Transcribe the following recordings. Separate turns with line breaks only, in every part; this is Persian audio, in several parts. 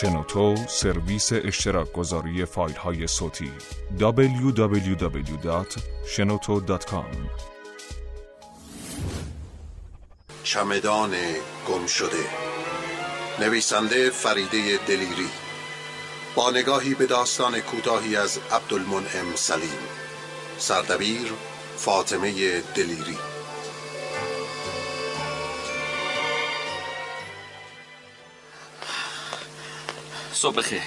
شنوتو سرویس اشتراک گذاری فایل های صوتی www.shenoto.com
چمدان گم شده نویسنده فریده دلیری با نگاهی به داستان کوتاهی از عبدالمنعم سلیم سردبیر فاطمه دلیری
صبح خیر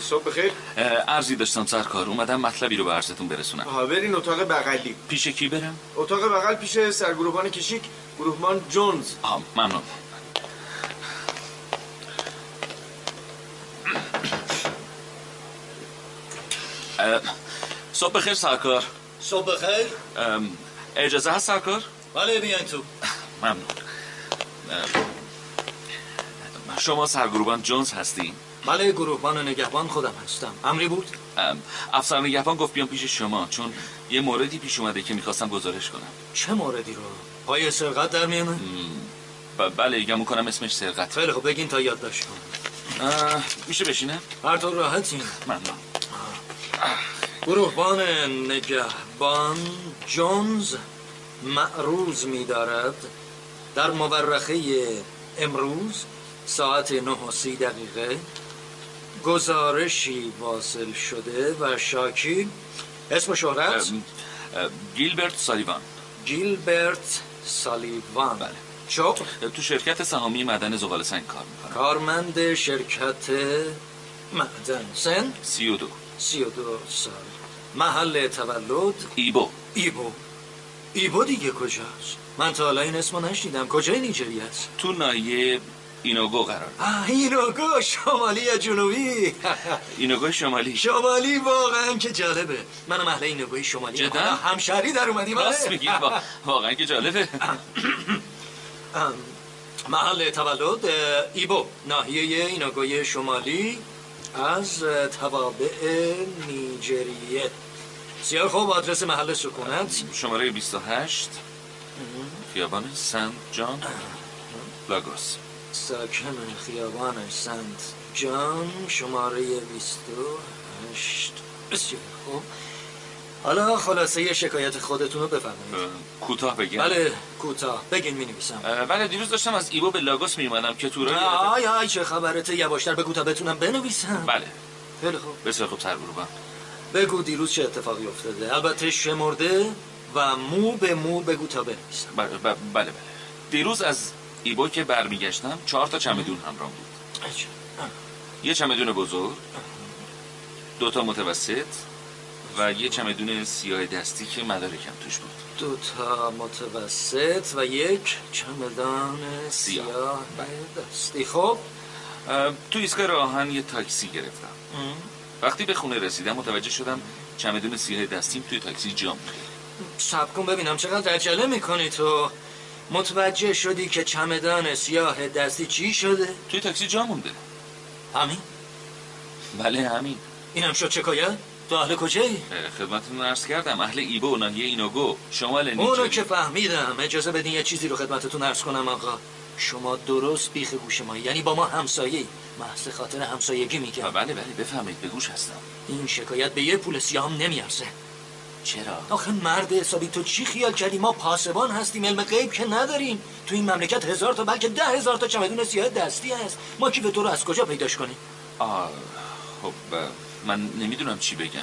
صبح بخیر
ارزی داشتم سرکار اومدم مطلبی رو به عرضتون برسونم
آها برین اتاق بغلی
پیش کی برم؟
اتاق بغل پیش سرگروهبان کشیک گروهبان جونز
آه ممنون اه، صبح خیر سرکار
صبح بخیر
ام، اجازه هست سرکار؟
بله بیاین تو
ممنون ام، شما سرگروهبان جونز هستین؟
بله گروهبان و نگهبان خودم هستم امری بود
ام، افسر نگهبان گفت بیام پیش شما چون یه موردی پیش اومده که میخواستم گزارش کنم
چه موردی رو پای سرقت در میانه
ب- بله گمون کنم اسمش سرقت
خیلی خب بگین تا یادداشت کنم
میشه بشینم؟
هر طور راحتین
ممنون
گروهبان نگهبان جونز معروض می‌دارد در مورخه امروز ساعت 9 و 30 دقیقه گزارشی واصل شده و شاکی اسم شهرت
ام، ام، گیلبرت سالیوان
گیلبرت سالیوان
بله.
چوب
تو شرکت سهامی معدن زغال سنگ کار میکنم
کارمند شرکت معدن سن
سی و دو
32 سال محل تولد
ایبو
ایبو ایبو دیگه کجاست من تا حالا این اسمو نشنیدم کجای نیجریه است
تو نایه اینوگو قرار
آه، اینوگو شمالی یا جنوبی
اینوگو شمالی
شمالی واقعا که جالبه من محل اینوگوی شمالی
جدا؟
می‌کنم. همشهری در اومدیم آره.
راست میگی واقعا که جالبه
محل تولد اه، ایبو ناحیه ایناگوی شمالی از اه، توابع نیجریه بسیار خوب آدرس محل سکونت
شماره 28 خیابان سنت جان لاگوس
ساکن خیابان سنت جان شماره 28 بسیار خوب حالا خلاصه شکایت خودتون رو بفرمایید
اه، کوتاه بگم
بله کوتاه بگین می نویسم
اه، بله دیروز داشتم از ایبو به لاگوس میومدم که تو راه
آی آی چه خبرته یواشتر بگو تا بتونم بنویسم
بله
خیلی خوب
بسیار خوب سرگروبم
بگو دیروز چه اتفاقی افتاده البته شمرده و مو به مو بگو تا بنویسم
بله بله بله دیروز از ایبو که برمیگشتم چهار تا چمدون همراه بود
عجب.
یه چمدون بزرگ دو تا متوسط و یه چمدون سیاه دستی که مدارکم توش بود
دو تا متوسط و یک چمدان
سیاه. بله.
سیاه دستی خب
اه، تو ایستگاه راهن یه تاکسی گرفتم وقتی به خونه رسیدم متوجه شدم چمدون سیاه دستیم توی تاکسی جا مونده
سب کن ببینم چقدر عجله میکنی تو متوجه شدی که چمدان سیاه دستی چی شده
توی تاکسی جا مونده
همین
بله همین
اینم شد شکایت تو اهل کجایی
اه، خدمتتون عرض کردم اهل ایبو ناحیه اینوگو شمال
اونو
نیجری
که فهمیدم اجازه بدین یه چیزی رو خدمتتون عرض کنم آقا شما درست بیخ گوش ما یعنی با ما همسایه محض خاطر همسایگی
آه،
میگم
بله بله بفهمید به گوش هستم
این شکایت به یه پول سیاه هم نمیارزه
چرا
آخه مرد حسابی تو چی خیال کردی ما پاسبان هستیم علم غیب که نداریم تو این مملکت هزار تا بلکه ده هزار تا چمدون سیاه دستی هست ما کیف تو رو از کجا پیداش کنیم
آه، خب اه، من نمیدونم چی بگم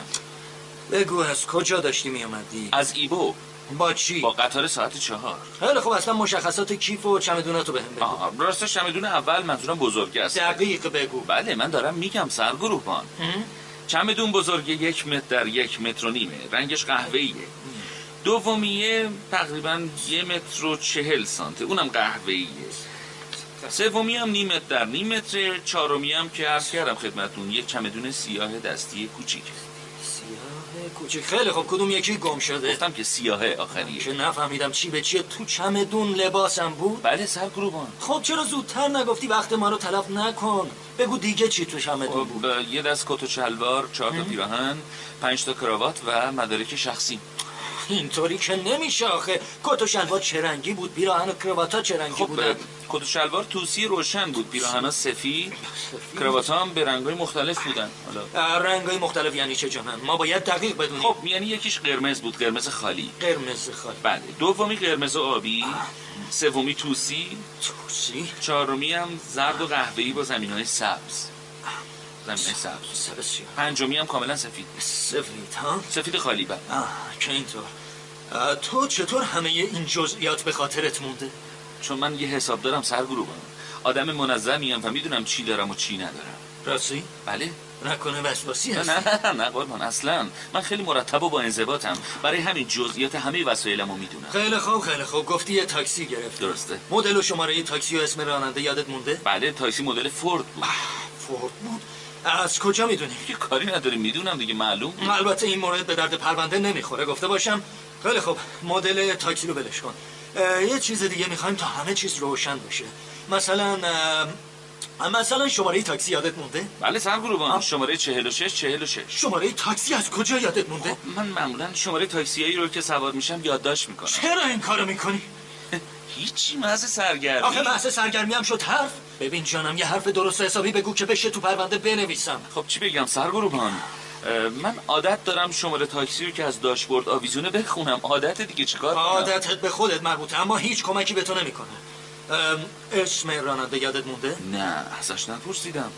بگو از کجا داشتی میامدی
از ایبو
با چی
با قطار ساعت چهار
خیلی خب اصلا مشخصات کیف و چمدوناتو بهم بگو
آها راستش چمدون اول منظورم بزرگه است
دقیق بگو
بله من دارم میگم سرگروهبان چمدون بزرگ یک متر در یک متر و نیمه رنگش قهوه‌ایه دومیه تقریبا یه متر و چهل سانته اونم قهوه‌ایه سومی هم نیم متر در نیم متر چهارمی هم که عرض کردم خدمتون یک چمدون سیاه دستی کوچیک
سیاه کوچیک خیلی خب کدوم یکی گم شده
گفتم که سیاه آخریه
که نفهمیدم چی به چیه تو چمدون لباسم بود
بله سرگروهبان
خب چرا زودتر نگفتی وقت ما رو تلف نکن بگو دیگه چی تو چمدون بود
با یه دست کت و چلوار چهار تا پیراهن پنج تا کراوات و مدارک شخصی
اینطوری که نمیشه آخه کت و شلوار چه رنگی بود پیراهن و کرواتا چه رنگی
خب
بودن
کت و شلوار توسی روشن بود پیراهنا سفید کراوات هم به رنگ‌های مختلف بودن حالا
رنگ های مختلف یعنی چه جانم ما باید دقیق بدونیم
خب یعنی یکیش قرمز بود قرمز خالی
قرمز خالی
بله دومی قرمز و آبی سومی توسی
توسی
چهارمی هم زرد و قهوه‌ای با زمین‌های سبز زمین‌های سبز
سر سیاه
پنجمی هم کاملا سفید
سفید ها
سفید خالی بله
آه، که اینطور آه، تو چطور همه این جزئیات به خاطرت مونده؟
چون من یه حساب دارم سرگروبان آدم منظمی و میدونم چی دارم و چی ندارم
راستی؟
بله
نکنه وسواسی
نه
هست
نه نه نه قربان اصلا من خیلی مرتب و با انضباطم برای همین جزئیات همه وسایلمو میدونم
خیلی خوب خیلی خوب گفتی یه تاکسی گرفت
درسته
مدل و شماره تاکسی و اسم راننده یادت مونده؟
بله تاکسی مدل فورد بود
فورد بود از کجا میدونی؟
یه کاری نداره میدونم دیگه معلوم بود.
البته این مورد به درد پرونده نمیخوره گفته باشم خیلی خوب مدل تاکسی رو بلش کن اه، یه چیز دیگه میخوایم تا همه چیز روشن بشه مثلا اه، مثلا شماره تاکسی یادت مونده؟
بله سرگروبان شماره 46 46
شماره تاکسی از کجا یادت مونده؟
من معمولا شماره تاکسیایی رو که سوار میشم یادداشت میکنم
چرا این کارو میکنی؟
هیچی مزه سرگرمی
آخه بحث سرگرمی هم شد حرف ببین جانم یه حرف درست و حسابی بگو که بشه تو پرونده بنویسم
خب چی بگم سرگروبان اه، من عادت دارم شماره تاکسی رو که از داشبورد آویزونه بخونم عادت دیگه چیکار کنم؟
عادتت به خودت مربوطه اما هیچ کمکی به تو نمیکنه ام، اسم راننده یادت مونده؟
نه ازش نپرسیدم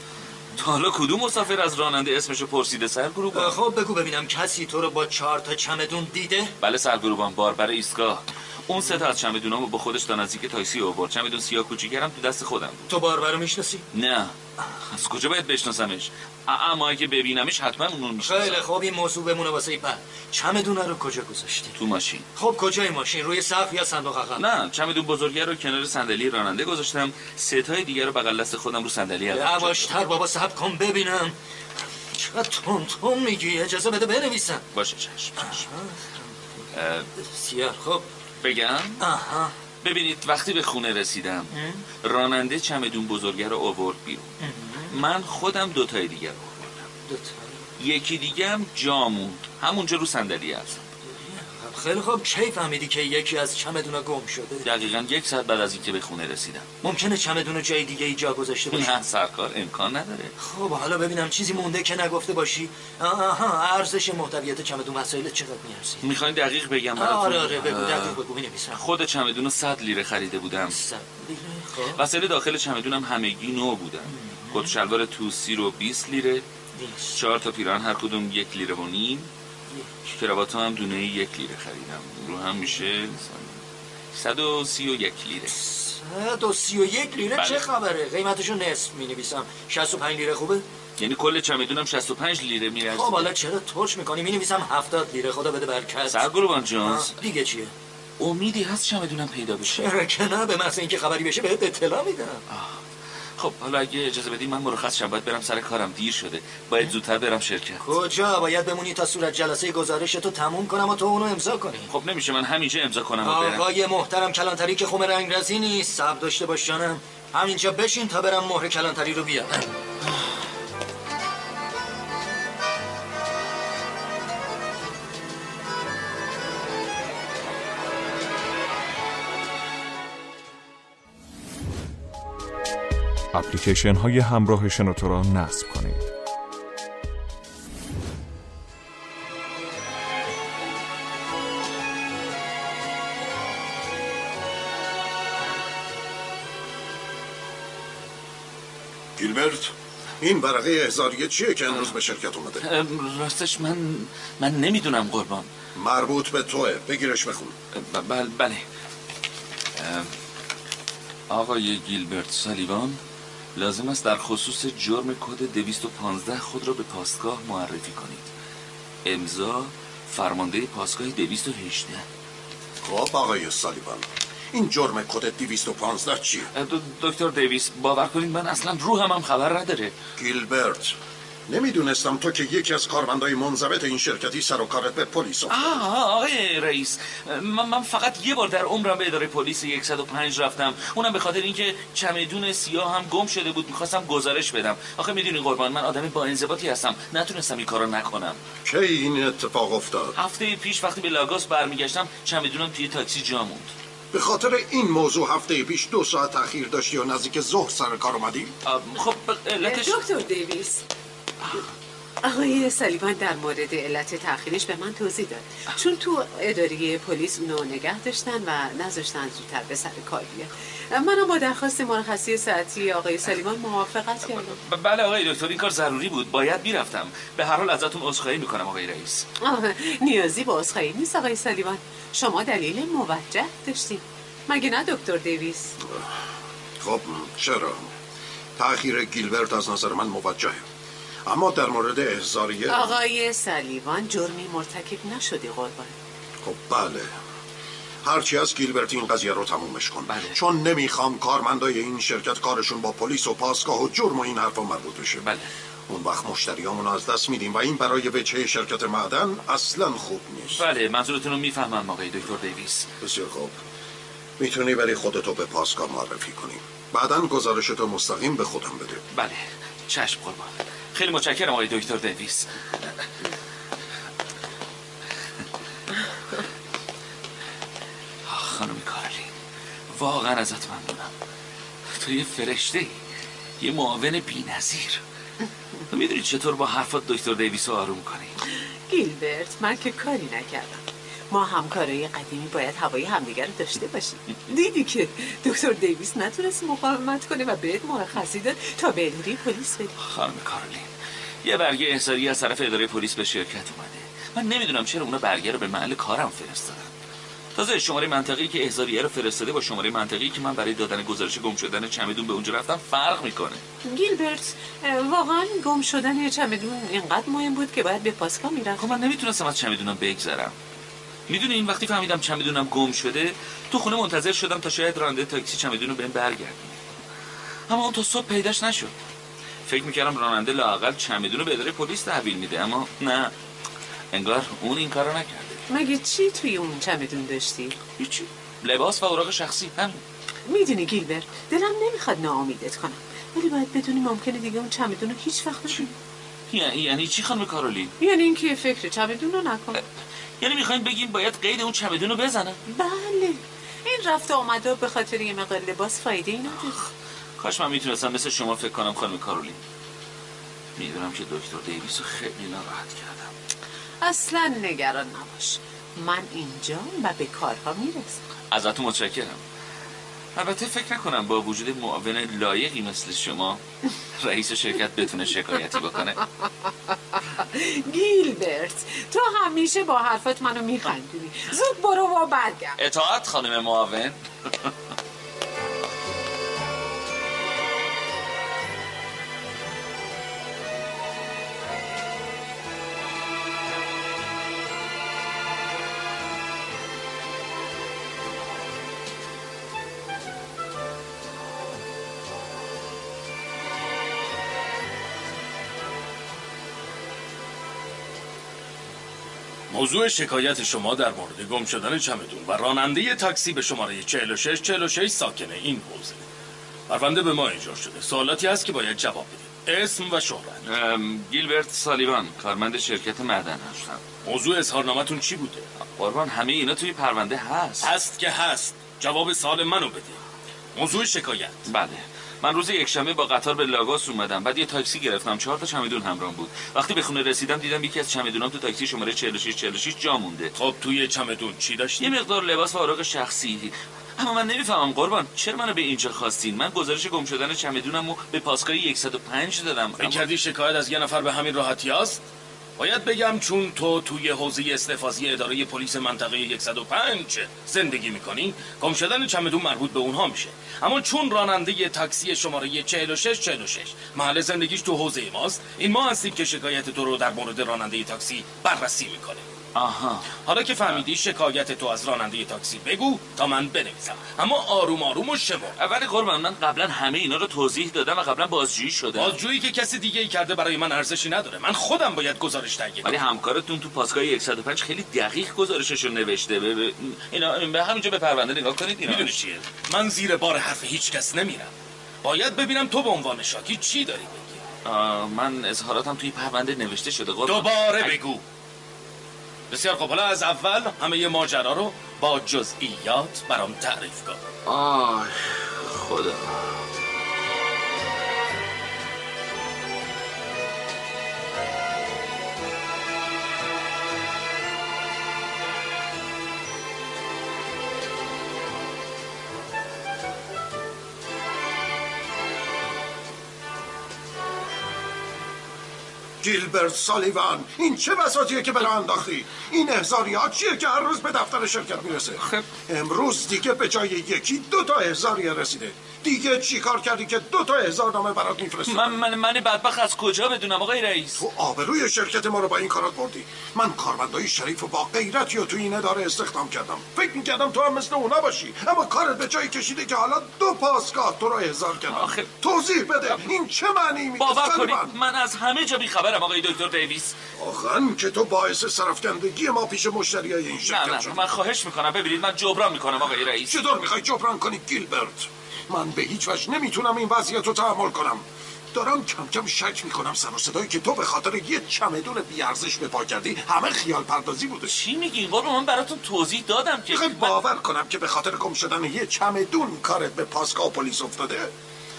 تا حالا کدوم مسافر از راننده اسمشو پرسیده
اه،
سرگروبان
خب بگو ببینم کسی تو رو با چهار تا چمدون دیده؟
بله سرگروبان باربر ایستگاه اون سه تا از چمدونامو با خودش تا نزدیک تاکسی آورد چمدون سیاه کوچیکرم تو دست خودم بود
تو باربرو میشناسی؟
نه از کجا باید بشناسمش اه، اما اگه ببینمش حتما اونو
خیلی
میشناسم
خوب این موضوع بمونه واسه بعد چمدونه رو کجا گذاشتی؟
تو ماشین
خب کجای ماشین روی سقف یا صندوق عقب؟
نه چمدون بزرگه رو کنار صندلی راننده گذاشتم ستای دیگه رو بغل دست خودم رو صندلی عقب
یواشتر بابا سب کن ببینم چقدر تون تون میگی اجازه بده بنویسم
باشه چشم چشم اه،
بسیار خب
بگم
آها
ببینید وقتی به خونه رسیدم راننده چمدون بزرگه رو آورد بیرون من خودم دوتای دیگر رو آوردم
دوتا
یکی دیگه هم جا موند همونجا رو صندلی هستم
خیلی خب کی فهمیدی که یکی از چمدونا گم شده
دقیقا یک ساعت بعد از اینکه به خونه رسیدم
ممکنه چمدون رو جای دیگه ای جا گذاشته باشی
نه سرکار امکان نداره
خب حالا ببینم چیزی مونده که نگفته باشی آها ارزش محتویات چمدون وسایل چقدر میارزی
میخواین دقیق بگم براتون
آره آره بگو
آه.
دقیق بگو مینویسم
خود چمدون رو صد لیره خریده بودم
خب
وسایل داخل چمدونم همگی نو بودن کت و شلوار توسی رو 20 لیره
نیست.
چهار تا پیران هر کدوم یک لیره و نیم کراوات هم دونه یک لیره خریدم رو هم میشه 131 لیره
صد و سی و یک لیره
بله.
چه خبره قیمتشو نصف مینویسم 65 لیره خوبه
یعنی کل چمدونم 65 لیره میرسه
خب حالا چرا ترش میکنی می نویسم هفتاد لیره خدا بده برکت
سرگروبان جانز
آه، دیگه چیه
امیدی هست چمدونم پیدا بشه
چرا که نه به محض اینکه خبری بشه بهت اطلاع میدم
خب حالا اگه اجازه بدی من مرخص شم باید برم سر کارم دیر شده باید زودتر برم شرکت
کجا باید بمونی تا صورت جلسه گزارش تو تموم کنم و تو اونو امضا کنی
خب نمیشه من همینجا امضا کنم و برم
آقای محترم کلانتری که خم رنگ رزی نیست صبر داشته باش جانم همینجا بشین تا برم مهر کلانتری رو بیارم
اپلیکیشن های همراه شنوتو را نصب کنید.
گیلبرت این برقه احضاریه چیه که امروز به شرکت اومده
ام، راستش من من نمیدونم قربان
مربوط به توه بگیرش بخون
ب- بل بله ام، آقای گیلبرت سالیوان لازم است در خصوص جرم کد 215 خود را به پاسگاه معرفی کنید امضا فرمانده پاسگاه 218
خب آقای سالیوان این جرم کد 215 چیه
اه، د- دکتر دیویس باور کنید من اصلا روحم هم خبر نداره
گیلبرت نمیدونستم تو که یکی از کارمندای منضبط این شرکتی سر و کارت به پلیس افتاد.
آه آقای رئیس من, من فقط یه بار در عمرم به اداره پلیس 105 رفتم اونم به خاطر اینکه چمدون سیاه هم گم شده بود میخواستم گزارش بدم آخه میدونی قربان من آدم با انضباطی هستم نتونستم این کارو نکنم
کی این اتفاق افتاد
هفته پیش وقتی به لاگاس برمیگشتم چمدونم توی تاکسی جا موند
به خاطر این موضوع هفته پیش دو ساعت تاخیر داشتی و نزدیک ظهر سر کار اومدی
آه، خب به علتش
دکتر دیویس آقای سالیوان در مورد علت تأخیرش به من توضیح داد چون تو اداره پلیس اونو نگه داشتن و نذاشتن زودتر به سر کار بیاد منم با درخواست مرخصی ساعتی آقای سالیوان موافقت کردم
ب- بله آقای دکتر این کار ضروری بود باید میرفتم به هر حال ازتون عذرخواهی میکنم آقای رئیس
آه، نیازی به عذرخواهی نیست آقای سالیوان شما دلیل موجه داشتیم مگه نه دکتر دیویس
خب چرا تاخیر گیلبرت از نظر من موجهه اما در مورد احزاریه
آقای سالیوان جرمی مرتکب نشده قربان
خب بله هرچی از گیلبرت این قضیه رو تمومش کن
بله.
چون نمیخوام کارمندای این شرکت کارشون با پلیس و پاسگاه و جرم و این حرفا مربوط بشه
بله.
اون وقت مشتریامون از دست میدیم و این برای وجهه شرکت معدن اصلا خوب نیست
بله منظورتون رو میفهمم آقای دکتر دیویس
بسیار خوب میتونی برای خودتو به پاسگاه معرفی کنی بعدا گزارشتو مستقیم به خودم بده
بله چشم قربان خیلی متشکرم آقای دکتر دیویس آه، خانم کارلی واقعا ازت ممنونم تو یه فرشته ای یه معاون بی تو میدونی چطور با حرفات دکتر دیویس رو آروم کنی
گیلبرت من که کاری نکردم ما همکارای قدیمی باید هوای همدیگر رو داشته باشیم دیدی که دکتر دیویس نتونست مقاومت کنه و بهت مرخصی داد تا به اداره پلیس بری
خانم کارولین یه برگه احضاری از طرف اداره پلیس به شرکت اومده من نمیدونم چرا اونا برگه رو به محل کارم فرستادن تازه شماره منطقی که احضاریه رو فرستاده با شماره منطقی که من برای دادن گزارش گم شدن چمدون به اونجا رفتم فرق میکنه
گیلبرت اه، واقعا گم شدن چمدون اینقدر مهم بود که باید به پاسکا میرفت
خب من نمیتونستم از چمدونم بگذرم میدونی این وقتی فهمیدم چمدونم گم شده تو خونه منتظر شدم تا شاید راننده تاکسی چمدون رو بهم برگردونه اما اون تا صبح پیداش نشد فکر میکردم راننده لاقل چمدون رو به اداره پلیس تحویل میده اما نه انگار اون این کارو نکرده
مگه چی توی اون چمدون داشتی
هیچی لباس و اوراق شخصی همین
میدونی گیلبرت دلم نمیخواد ناامیدت کنم ولی باید بدونی ممکنه دیگه اون چمدون رو هیچ وقت نبینی.
یعنی یعنی چی خانم کارولین
یعنی اینکه فکر چمدون رو نکن
یعنی میخواین بگیم باید قید اون چمدون رو بزنم
بله این رفت و آمده به خاطر یه مقدار لباس فایده ای نداره
کاش من میتونستم مثل شما فکر کنم خانم کارولین میدونم که دکتر دیویس رو خیلی ناراحت کردم
اصلا نگران نباش من اینجام و به کارها میرسم
ازتون متشکرم البته فکر نکنم با وجود معاون لایقی مثل شما رئیس شرکت بتونه شکایتی بکنه
گیلبرت تو همیشه با حرفات منو میخندونی زود برو و برگرد
اطاعت خانم معاون
موضوع شکایت شما در مورد گم شدن چمدون و راننده تاکسی به شماره 46 46 ساکن این حوزه پرونده به ما اینجا شده سوالاتی هست که باید جواب بدید اسم و شهرت
ام، گیلبرت سالیوان کارمند شرکت معدن هستم
موضوع اظهارنامتون چی بوده
قربان همه اینا توی پرونده هست
هست که هست جواب سوال منو بدید موضوع شکایت
بله من روز یکشنبه با قطار به لاگاس اومدم بعد یه تاکسی گرفتم چهار تا چمدون همراهم بود وقتی به خونه رسیدم دیدم یکی از چمدونام تو تاکسی شماره 46 46 جا مونده
خب توی چمدون چی
یه
داشتید
مقدار لباس و اوراق شخصی اما من نمیفهمم قربان چرا منو به اینجا خواستین من گزارش گم شدن چمدونم و به پاسگاه 105 دادم
فکر کردی شکایت از یه نفر به همین راحتی است باید بگم چون تو توی حوزه استفازی اداره پلیس منطقه 105 زندگی میکنی گم شدن چمدون مربوط به اونها میشه اما چون راننده یه تاکسی شماره 46 46 محل زندگیش تو حوزه ماست این ما هستیم که شکایت تو رو در مورد راننده یه تاکسی بررسی میکنیم
آها
حالا که فهمیدی شکایت تو از راننده تاکسی بگو تا من بنویسم اما آروم آروم و شمر
اول قربان من قبلا همه اینا رو توضیح دادم و قبلا بازجویی شده
بازجویی که کسی دیگه ای کرده برای من ارزشی نداره من خودم باید گزارش تهیه
ولی
کنم
همکارتون تو پاسگاه 105 خیلی دقیق گزارشش رو نوشته به به- اینا به همینجا به پرونده نگاه کنید اینا
میدونی چیه من زیر بار حرف هیچ کس نمیرم باید ببینم تو به عنوان شاکی چی داری بگی
آه، من اظهاراتم توی پرونده نوشته شده قربان
دوباره
اگه-
بگو بسیار خب حالا از اول همه ی ماجرا رو با جزئیات برام تعریف کن
آه خدا
گیلبرت سالیوان این چه بساتیه که برای انداختی این احزاری ها چیه که هر روز به دفتر شرکت میرسه
خب.
امروز دیگه به جای یکی دو تا احزاریه رسیده دیگه چیکار کردی که دو تا احزارنامه برات میفرسته
من من من بدبخت از کجا بدونم آقای رئیس
تو آبروی شرکت ما رو با این کارات بردی من کارمندای شریف و با غیرتی رو تو این اداره استخدام کردم فکر میکردم تو هم مثل اونا باشی اما کارت به جایی کشیده که حالا دو پاسگاه تو رو احضار کردم
آخه-
توضیح بده این چه معنی میده
باور
سلیمان؟
کنید من از همه جا بیخبرم آقای دکتر دیویس
آخرن که تو باعث سرفکندگی ما پیش مشتریای این
نه
شرکت
نه
شدی
من خواهش میکنم ببینید من جبران میکنم آقای رئیس
چطور میخوای جبران کنی گیلبرت من به هیچ وجه نمیتونم این وضعیت رو تحمل کنم دارم کم کم شک میکنم سر و صدایی که تو به خاطر یه چمدون بیارزش به پا کردی همه خیال پردازی بوده
چی میگین قربان من براتون توضیح دادم که
میخوای
من-
باور کنم که به خاطر گم شدن یه چمدون کارت به پاسگاه و پلیس افتاده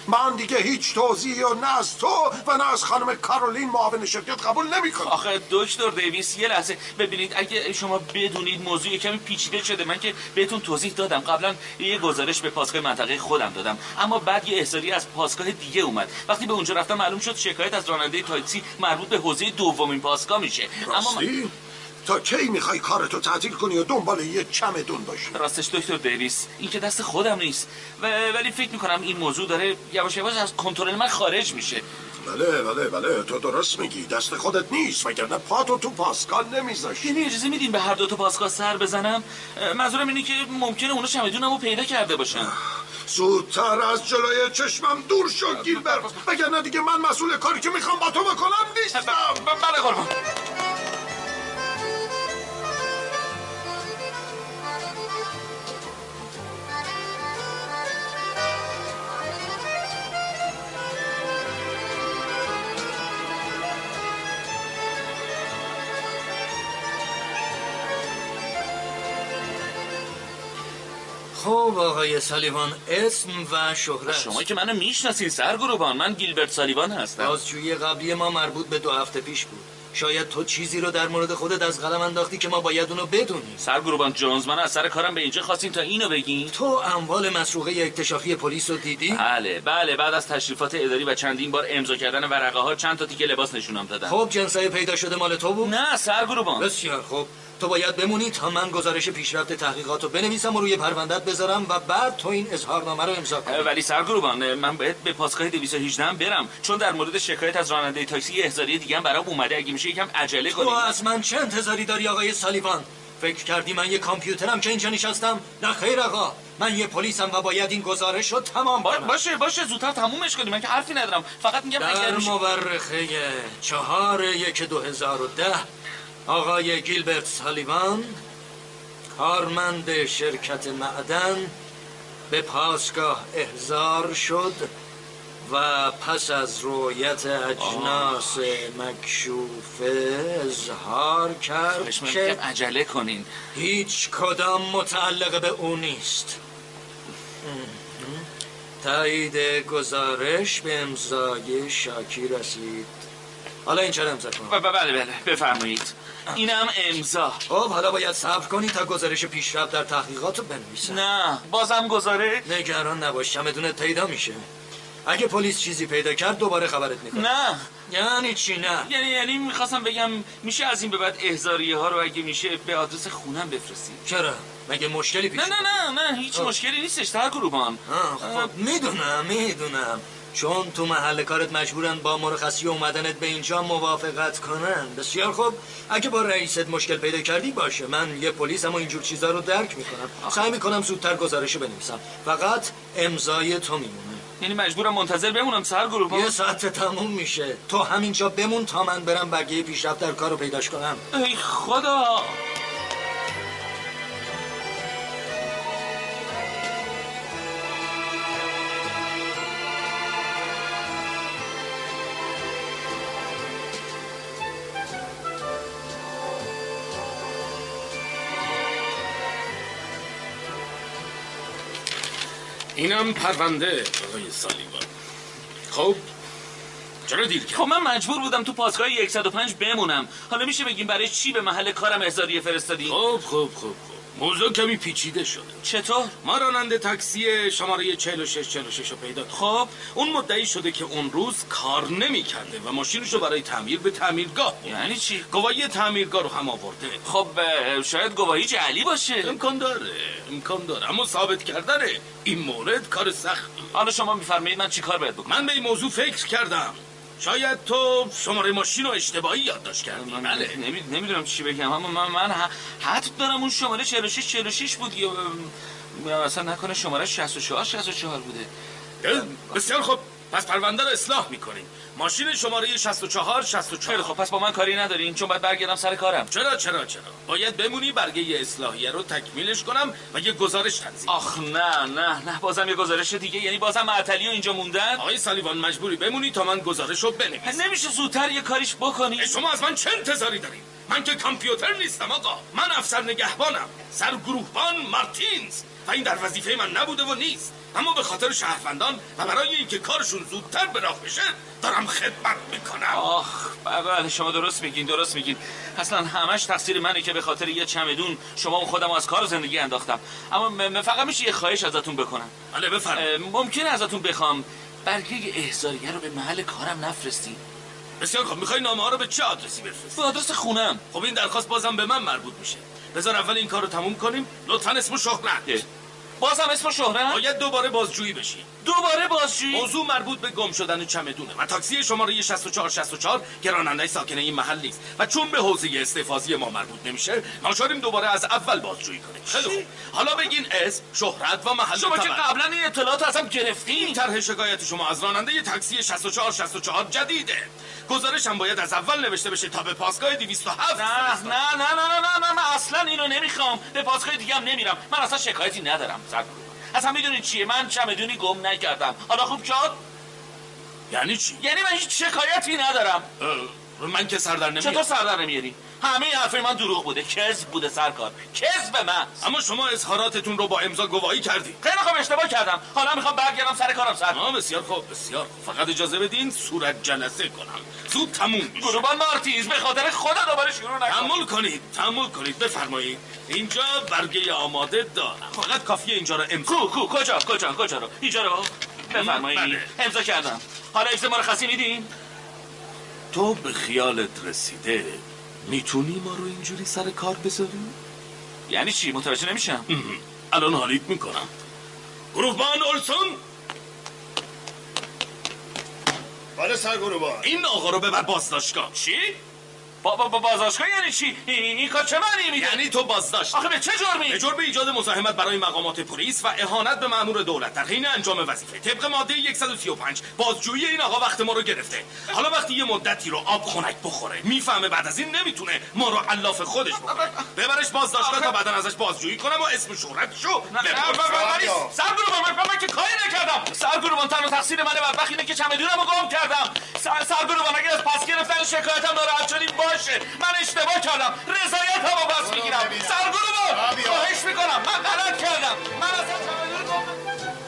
من دیگه هیچ توضیحی و نه از تو و نه از خانم کارولین معاون شرکت قبول نمیکنم
آخه دکتر دیویس یه لحظه ببینید اگه شما بدونید موضوع یه کمی پیچیده شده من که بهتون توضیح دادم قبلا یه گزارش به پاسگاه منطقه خودم دادم اما بعد یه احضاری از پاسگاه دیگه اومد وقتی به اونجا رفتم معلوم شد شکایت از راننده تاکسی مربوط به حوزه دومین پاسگاه میشه اما من-
راستی تا کی میخوای کارتو تعطیل کنی و دنبال یه چمدون باشی
راستش دکتر دیویس این که دست خودم نیست و ولی فکر میکنم این موضوع داره یواش یواش از کنترل من خارج میشه
بله بله بله تو درست میگی دست خودت نیست وگرنه پاتو تو پاسگاه نمیذاشی
یعنی اجازه میدین به هر دو تا پاسگاه سر بزنم اه، منظورم اینه که ممکنه اونا شمدونمو پیدا کرده باشن
زودتر از جلوی چشمم دور شو گیلبرت وگرنه دیگه من مسئول کاری که میخوام با تو بکنم نیستم
ب- بله قربان
خب آقای سالیوان اسم و شهرت
شما که منو میشناسین سرگروبان من گیلبرت سالیوان هستم
بازجویی قبلی ما مربوط به دو هفته پیش بود شاید تو چیزی رو در مورد خودت از قلم انداختی که ما باید اونو بدونیم
سرگروبان جونز من از سر کارم به اینجا خواستین تا اینو بگین
تو اموال مسروقه اکتشافی پلیس رو دیدی؟
بله بله بعد از تشریفات اداری و چندین بار امضا کردن ورقه ها چند تا تیکه لباس نشونم دادم
خب جنسای پیدا شده مال تو بود؟
نه سرگروبان
بسیار خب تو باید بمونی تا من گزارش پیشرفت تحقیقات رو بنویسم و روی پروندت بذارم و بعد تو این اظهارنامه رو امضا
اه،
کنی
ولی سرگروبان اه، من باید به پاسگاه 218 هم برم چون در مورد شکایت از راننده تاکسی یه احضاری دیگه هم برام اومده اگه میشه یکم عجله
تو
کنیم
از من چه انتظاری داری آقای سالیوان؟ فکر کردی من یه کامپیوترم که اینجا نشستم؟ نه خیر آقا من یه پلیسم و باید این گزارش رو تمام
با-
کنم
باشه باشه زودتر تمومش کنیم من که حرفی ندارم فقط میگم
در
اگر میشه
مورخه چهار یک دو هزار و ده آقای گیلبرت سالیوان کارمند شرکت معدن به پاسگاه احضار شد و پس از رویت اجناس مکشوفه اظهار کرد
خواهش می‌کنم،
که
یکم عجله کنین
هیچ کدام متعلق به او نیست تایید گزارش به امضای شاکی رسید حالا این چرا امضا
ب-
کنم
ب- بله بله بفرمایید اینم امضا
خب حالا باید صبر کنی تا گزارش پیشرفت در تحقیقات رو بنویسم
نه بازم گزاره
نگران نباش دونت پیدا میشه اگه پلیس چیزی پیدا کرد دوباره خبرت میکنه
نه
یعنی چی نه
یعنی یعنی میخواستم بگم میشه از این به بعد احضاریه ها رو اگه میشه به آدرس خونم بفرستید
چرا مگه مشکلی پیش
نه نه نه نه هیچ
آه.
مشکلی نیستش تر گروبان
آه، خب میدونم میدونم چون تو محل کارت مجبورن با مرخصی اومدنت به اینجا موافقت کنن بسیار خوب اگه با رئیست مشکل پیدا کردی باشه من یه پلیس اما اینجور چیزا رو درک میکنم سعی میکنم زودتر گزارشو بنویسم فقط امضای تو میمونه
یعنی مجبورم منتظر بمونم سرگروهان
یه ساعت تموم میشه تو همینجا بمون تا من برم بقیه پیشرفت در کارو پیداش کنم
ای خدا
اینم پرونده آقای سالیوان خب چرا دیر کرد
خب من مجبور بودم تو پاسگاه 105 بمونم حالا میشه بگیم برای چی به محل کارم احضاریه فرستادی
خب خب خب خب موضوع کمی پیچیده شده
چطور
ما راننده تاکسی شماره 4646 رو پیدا کرد
خب
اون مدعی شده که اون روز کار نمیکرده و ماشینش رو برای تعمیر به تعمیرگاه برده.
یعنی چی
گواهی تعمیرگاه رو هم آورده
خب اه، شاید گواهی جعلی باشه
امکان داره امکان داره اما ثابت کردن این مورد کار سختی
حالا شما میفرمایید من چیکار باید بکنم
من به این موضوع فکر کردم شاید تو شماره ماشین رو اشتباهی یادداشت کردی
من
بله
نمی... نمیدونم چی بگم اما من من ح- حد دارم اون شماره 46 46 بود یا ام، اصلا نکنه شماره 64 64 بوده
اه، بسیار خوب پس پرونده رو اصلاح میکنیم ماشین شماره 64 64
خیلی خب پس با من کاری ندارین چون باید برگردم سر کارم
چرا چرا چرا باید بمونی برگه اصلاحیه رو تکمیلش کنم و یه گزارش تنظیم
آخ نه نه نه بازم یه گزارش دیگه یعنی بازم معطلی و اینجا موندن
آقای سالیوان مجبوری بمونی تا من گزارش رو بنویسم
پس نمیشه زودتر یه کاریش بکنی
ای شما از من چه انتظاری دارید من که کامپیوتر نیستم آقا من افسر نگهبانم سرگروهبان مارتینز و این در وظیفه من نبوده و نیست اما به خاطر شهروندان و برای اینکه کارشون زودتر به راه بشه دارم خدمت میکنم
آخ بله، بله شما درست میگین درست میگین اصلا همش تقصیر منه که به خاطر یه چمدون شما و خودم از کار و زندگی انداختم اما م- م- فقط میشه یه خواهش ازتون بکنم
بله بفرمایید
اه، ممکنه ازتون بخوام برگه احضاریه رو به محل کارم نفرستین
بسیار خب میخوای نامه ها رو به چه آدرسی بفرستی
به آدرس خونم
خب این درخواست بازم به من مربوط میشه بذار اول این کار رو تموم کنیم لطفا اسم و شهرت
بازم اسم و شهرم
باید دوباره بازجویی بشی
دوباره بازجویی
موضوع مربوط به گم شدن چمدونه و تاکسی شماره 6464 که راننده ساکن این محل نیست و چون به حوزه استفازی ما مربوط نمیشه ناچاریم دوباره از اول بازجویی کنیم خیلی خوب حالا بگین اسم شهرت و محل
شما که
تولد.
قبلا این اطلاعات رو ازم
این
گرفتین
طرح شکایت شما از راننده تاکسی 6464 جدیده گزارش هم باید از اول نوشته بشه تا به پاسگاه 207
نه نه نه نه نه نه نه من اصلا اینو نمیخوام به پاسگاه دیگه هم نمیرم من اصلا شکایتی ندارم سرگروه اصلا میدونید چیه من چمدونی گم نکردم حالا خوب شد
یعنی چی
یعنی من هیچ شکایتی ندارم
اه، من که سردر
چطور
نمیاد
سردر نمیاری همه حرفای من دروغ بوده کذب بوده سرکار کذب من
اما شما اظهاراتتون رو با امضا گواهی کردی
خیلی خوب اشتباه کردم حالا میخوام برگردم سر کارم سر
آه بسیار خوب بسیار خوب. فقط اجازه بدین صورت جلسه کنم زود تموم میشه
گروبان مارتیز به خاطر خدا دوباره شروع نکن
تحمل کنید تحمل کنید بفرمایید اینجا برگه آماده دارم فقط کافیه اینجا رو امضا
کو کو کجا کجا کجا رو اینجا رو بفرمایید
بله.
امضا کردم حالا اجازه مرخصی میدین
تو به خیالت رسیده میتونی ما رو اینجوری سر کار بذاری؟
یعنی چی متوجه نمیشم
الان حالیت میکنم گروهبان اولسون
بله سرگروبان
این آقا رو ببر بازداشتگاه
چی با با با بازداشتگاه یعنی چی این این کار چه معنی میده
یعنی تو بازداشت
آخه به چه
به
جرمی
جرم ایجاد مزاحمت برای مقامات پلیس و اهانت به مأمور دولت در حین انجام وظیفه طبق ماده 135 بازجویی این آقا وقت ما رو گرفته حالا وقتی یه مدتی رو آب خنک بخوره میفهمه بعد از این نمیتونه ما رو علاف خودش بکنه ببرش بازداشتگاه تا بعدا ازش بازجویی کنم و اسم و شهرت شو
سرگروبان من من که کاری نکردم سرگروبان تنها تقصیر منه بدبخت اینه که چمدونم رو گم کردم سر سرگروبان اگه از پس گرفتن شکایتم ناراحت شدین باشه من اشتباه کردم رضایت هم پس میگیرم سرگروبان خواهش میکنم من غلط کردم من اصلا چمدون رو گم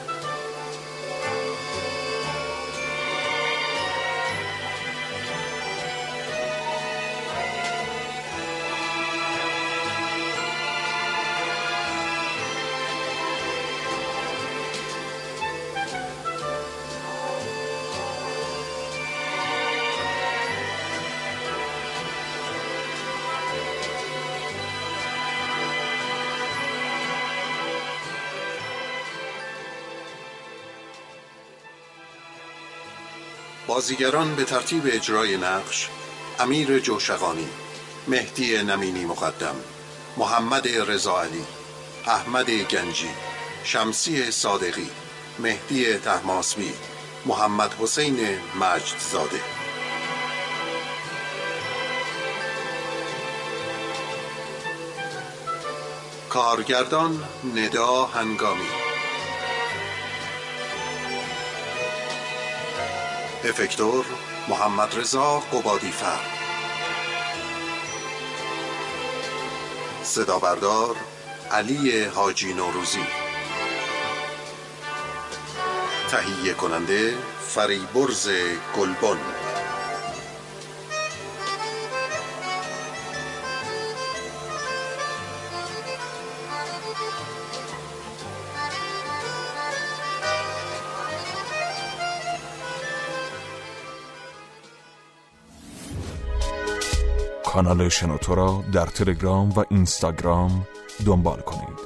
بازیگران به ترتیب اجرای نقش امیر جوشقانی مهدی نمینی مقدم محمد رضا علی احمد گنجی شمسی صادقی مهدی تهماسبی محمد حسین مجدزاده کارگردان ندا هنگامی افکتور محمد رضا قبادی فر صدا بردار علی حاجی نوروزی تهیه کننده فریبرز گلبن
کانال شنوتو را در تلگرام و اینستاگرام دنبال کنید